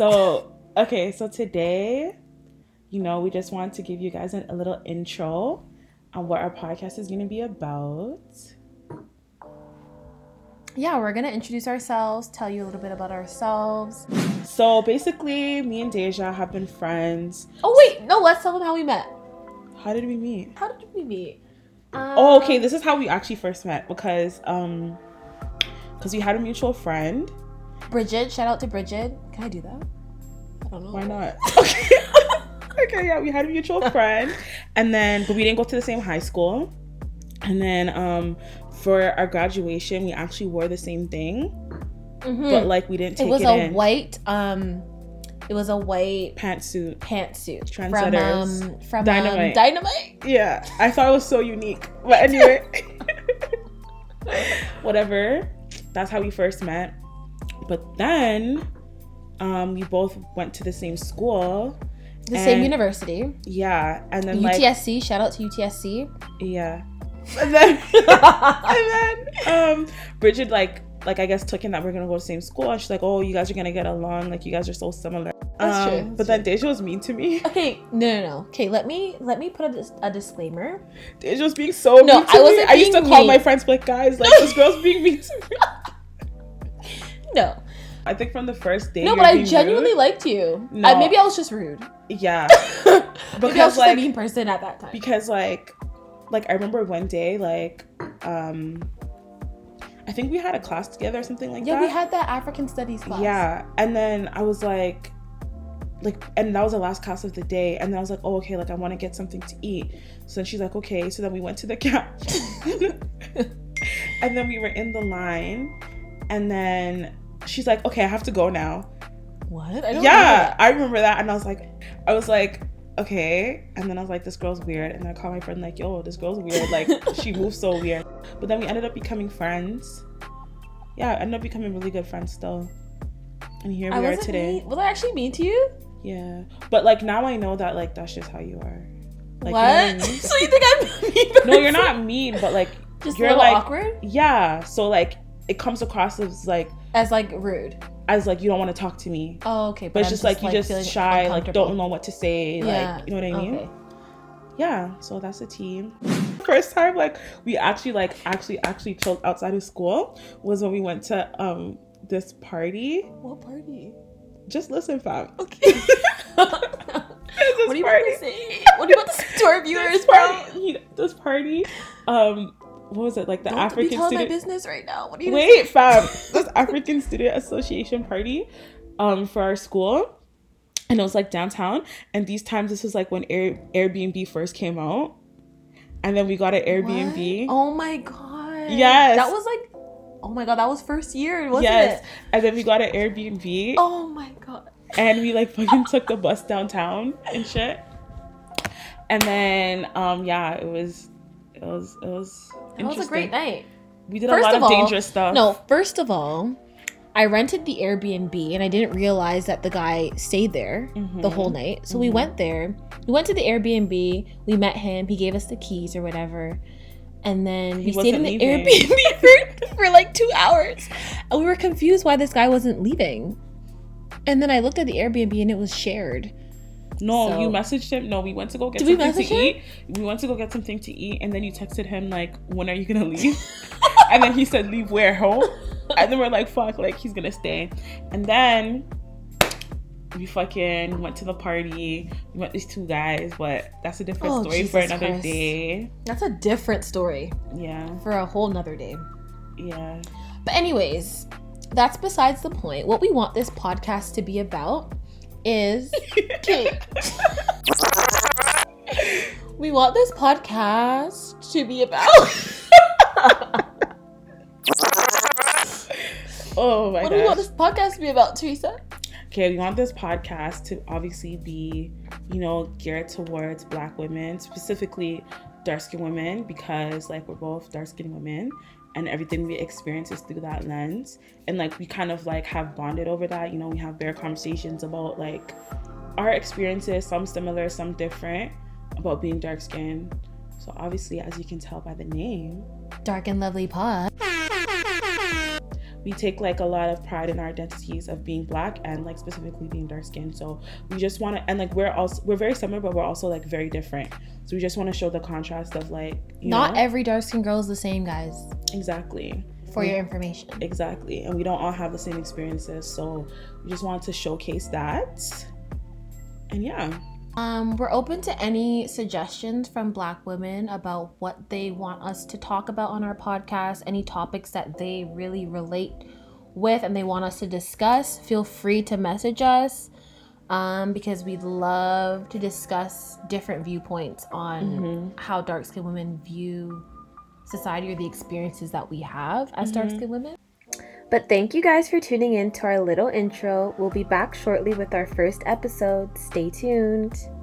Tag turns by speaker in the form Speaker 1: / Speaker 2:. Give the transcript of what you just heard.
Speaker 1: So, okay, so today, you know, we just want to give you guys an, a little intro on what our podcast is going to be about.
Speaker 2: Yeah, we're gonna introduce ourselves, tell you a little bit about ourselves.
Speaker 1: So, basically, me and Deja have been friends.
Speaker 2: Oh wait, no, let's tell them how we met.
Speaker 1: How did we meet?
Speaker 2: How did we meet? Um,
Speaker 1: Oh, okay, this is how we actually first met because um because we had a mutual friend.
Speaker 2: Bridget. Shout out to Bridget. Can I do that? I don't know.
Speaker 1: Why not? Okay. okay, yeah, we had a mutual friend. And then but we didn't go to the same high school. And then um for our graduation, we actually wore the same thing,
Speaker 2: Mhm.
Speaker 1: but like we didn't
Speaker 2: It
Speaker 1: take it,
Speaker 2: was a
Speaker 1: in.
Speaker 2: white. Um, it was a white
Speaker 1: pantsuit.
Speaker 2: pantsuit from
Speaker 1: Trendsetters.
Speaker 2: um from
Speaker 1: Dynamite.
Speaker 2: Um, dynamite.
Speaker 1: Yeah, I thought it was so unique. But anyway, whatever. That's how we first met. But then um, we both went to the same school.
Speaker 2: The same
Speaker 1: And-
Speaker 2: university.
Speaker 1: Yeah, and then like
Speaker 2: UTSC. shout out to UTSC.
Speaker 1: yeah, and then and then um, Bridget like like I guess took in that we're gonna go to the same school, and she's like, oh, you guys are gonna get along. Like you guys are so similar.
Speaker 2: That's
Speaker 1: um,
Speaker 2: true, that's
Speaker 1: but then Deja was mean to me.
Speaker 2: okay, no, no, no. Okay, let me let me put a, dis- a disclaimer.
Speaker 1: Deja was being so
Speaker 2: No,
Speaker 1: mean to
Speaker 2: I
Speaker 1: me.
Speaker 2: wasn't
Speaker 1: I used to
Speaker 2: being
Speaker 1: call
Speaker 2: mean.
Speaker 1: my friends like, guys, like this girl's being mean to me.
Speaker 2: No,
Speaker 1: I think from the first day.
Speaker 2: no,
Speaker 1: you're
Speaker 2: but I
Speaker 1: being
Speaker 2: genuinely
Speaker 1: rude.
Speaker 2: liked you.
Speaker 1: No.
Speaker 2: I, maybe I was just rude.
Speaker 1: Yeah,
Speaker 2: Maybe I was
Speaker 1: Because,
Speaker 2: just like,
Speaker 1: like-
Speaker 2: a mean person at that time.
Speaker 1: because like, like I remember one day, like, um, I think we had a class together or something like
Speaker 2: yeah,
Speaker 1: that.
Speaker 2: we had that African studies class.
Speaker 1: Yeah, and then I was like, like, and that was the last class of the day, and then I was like, oh okay, like I want to get something to eat. So then she's like, okay. So then we went to the couch, and then we were in the line, and then she's like, okay, I have to go now.
Speaker 2: What? I don't
Speaker 1: yeah, I remember that, and I was like, I was like, okay, and then I was like, this girl's weird, and I called my friend like, yo, this girl's weird, like she moves so weird. But then we ended up becoming friends. Yeah, ended up becoming really good friends still, and here we
Speaker 2: I
Speaker 1: are
Speaker 2: wasn't
Speaker 1: today.
Speaker 2: mean. Was I actually mean to you?
Speaker 1: Yeah, but like now I know that like that's just how you are. Like, you know
Speaker 2: what?
Speaker 1: I mean?
Speaker 2: so you think I'm a mean? Person?
Speaker 1: no, you're not mean, but like
Speaker 2: Just
Speaker 1: you're
Speaker 2: a little
Speaker 1: like
Speaker 2: awkward,
Speaker 1: yeah, so like it comes across as like
Speaker 2: as like rude.
Speaker 1: as like you don't want to talk to me.
Speaker 2: Oh, okay. But,
Speaker 1: But it's
Speaker 2: I'm
Speaker 1: just like you
Speaker 2: feeling
Speaker 1: just shy, like
Speaker 2: uncomfortable.
Speaker 1: don't know what to say,
Speaker 2: Yeah,
Speaker 1: like you know what I mean?
Speaker 2: okay.
Speaker 1: yeah so that's the team first time like we actually like actually actually chilled outside of school was when we went to um this party
Speaker 2: What party?
Speaker 1: just listen fam
Speaker 2: Okay.
Speaker 1: There's this
Speaker 2: what are you
Speaker 1: party
Speaker 2: about to say? What are you about to say to our viewers,
Speaker 1: this
Speaker 2: bro?
Speaker 1: party, you- this party um what was it like the
Speaker 2: Don't be
Speaker 1: african
Speaker 2: telling my
Speaker 1: student
Speaker 2: business right now. What are you?
Speaker 1: wait fam this african student association party um for our school and it was like downtown and these times this was like when Air- airbnb first came out and then we got an airbnb
Speaker 2: What? Oh my god.
Speaker 1: Yes.
Speaker 2: That was like, oh my god, that was first year, wasn't
Speaker 1: yes
Speaker 2: it?
Speaker 1: and then we got an airbnb
Speaker 2: Oh my god.
Speaker 1: and we like fucking took the bus downtown and shit and then um yeah it was it was it was
Speaker 2: That was a great
Speaker 1: interesting.
Speaker 2: night.
Speaker 1: we did
Speaker 2: First
Speaker 1: a lot
Speaker 2: of
Speaker 1: of
Speaker 2: all-
Speaker 1: dangerous stuff
Speaker 2: No, first of all, I rented the Airbnb and I didn't realize that the guy stayed there the
Speaker 1: Mhm.
Speaker 2: whole night. So we
Speaker 1: Mhm.
Speaker 2: went there. We went to the Airbnb. We met him. He gave us the keys or whatever. And then we stayed in
Speaker 1: wasn't
Speaker 2: the
Speaker 1: leaving.
Speaker 2: Airbnb for, for like two hours. And we were confused why this guy wasn't leaving. And then I looked at the Airbnb and it was shared.
Speaker 1: no
Speaker 2: so-
Speaker 1: you messaged him no we went to go get
Speaker 2: Did we
Speaker 1: something to
Speaker 2: message
Speaker 1: eat we went to go get something to eat and then you texted him like when are you gonna leave and then he said leave where home and then we're like fuck like he's gonna stay and then we fucking went to the party we met these two guys but that's a different
Speaker 2: Oh,
Speaker 1: story for
Speaker 2: Jesus
Speaker 1: another
Speaker 2: Christ.
Speaker 1: day
Speaker 2: That's a different story
Speaker 1: yeah
Speaker 2: for a whole nother day.
Speaker 1: yeah
Speaker 2: But, anyways, that's besides the point. What we want this podcast to be about is. Okay. we want this podcast to be about.
Speaker 1: oh my
Speaker 2: what do we want
Speaker 1: gosh.
Speaker 2: this podcast to be about, Teresa?
Speaker 1: Okay, we want this podcast to obviously be, you know, geared towards black women, specifically dark skinned women, because like we're both dark skinned women and everything we experience is through that lens. And like we kind of like have bonded over that. You know, we have bare conversations about like our experiences, some similar, some different, about being dark skinned. So obviously, as you can tell by the name,
Speaker 2: Dark and Lovely Pod.
Speaker 1: we take like a lot of pride in our identities of being black and like specifically being dark skinned. So we just want to, and like we're also we're very similar, but we're also like very different. So we just want to show the contrast of like you
Speaker 2: Not
Speaker 1: know?
Speaker 2: every dark skinned girl is the same, guys.
Speaker 1: exactly
Speaker 2: For your information.
Speaker 1: exactly, and we don't all have the same experiences. So we just wanted to showcase that, and yeah.
Speaker 2: Um, we're open to any suggestions from Black women about what they want us to talk about on our podcast, any topics that they really relate with and they want us to discuss. Feel free to message us um, because we'd love to discuss different viewpoints on
Speaker 1: Mhm.
Speaker 2: how dark skinned women view society or the experiences that we have as dark skinned women. Mm-hmm. But thank you guys for tuning in to our little intro. We'll be back shortly with our first episode. Stay tuned.